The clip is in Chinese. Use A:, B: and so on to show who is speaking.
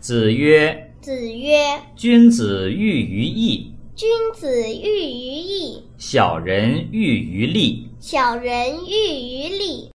A: 子曰
B: 子曰：“
A: 君子喻于义，：“
B: 君子喻于义，
A: 小人喻于利。”
B: 小人喻于利。”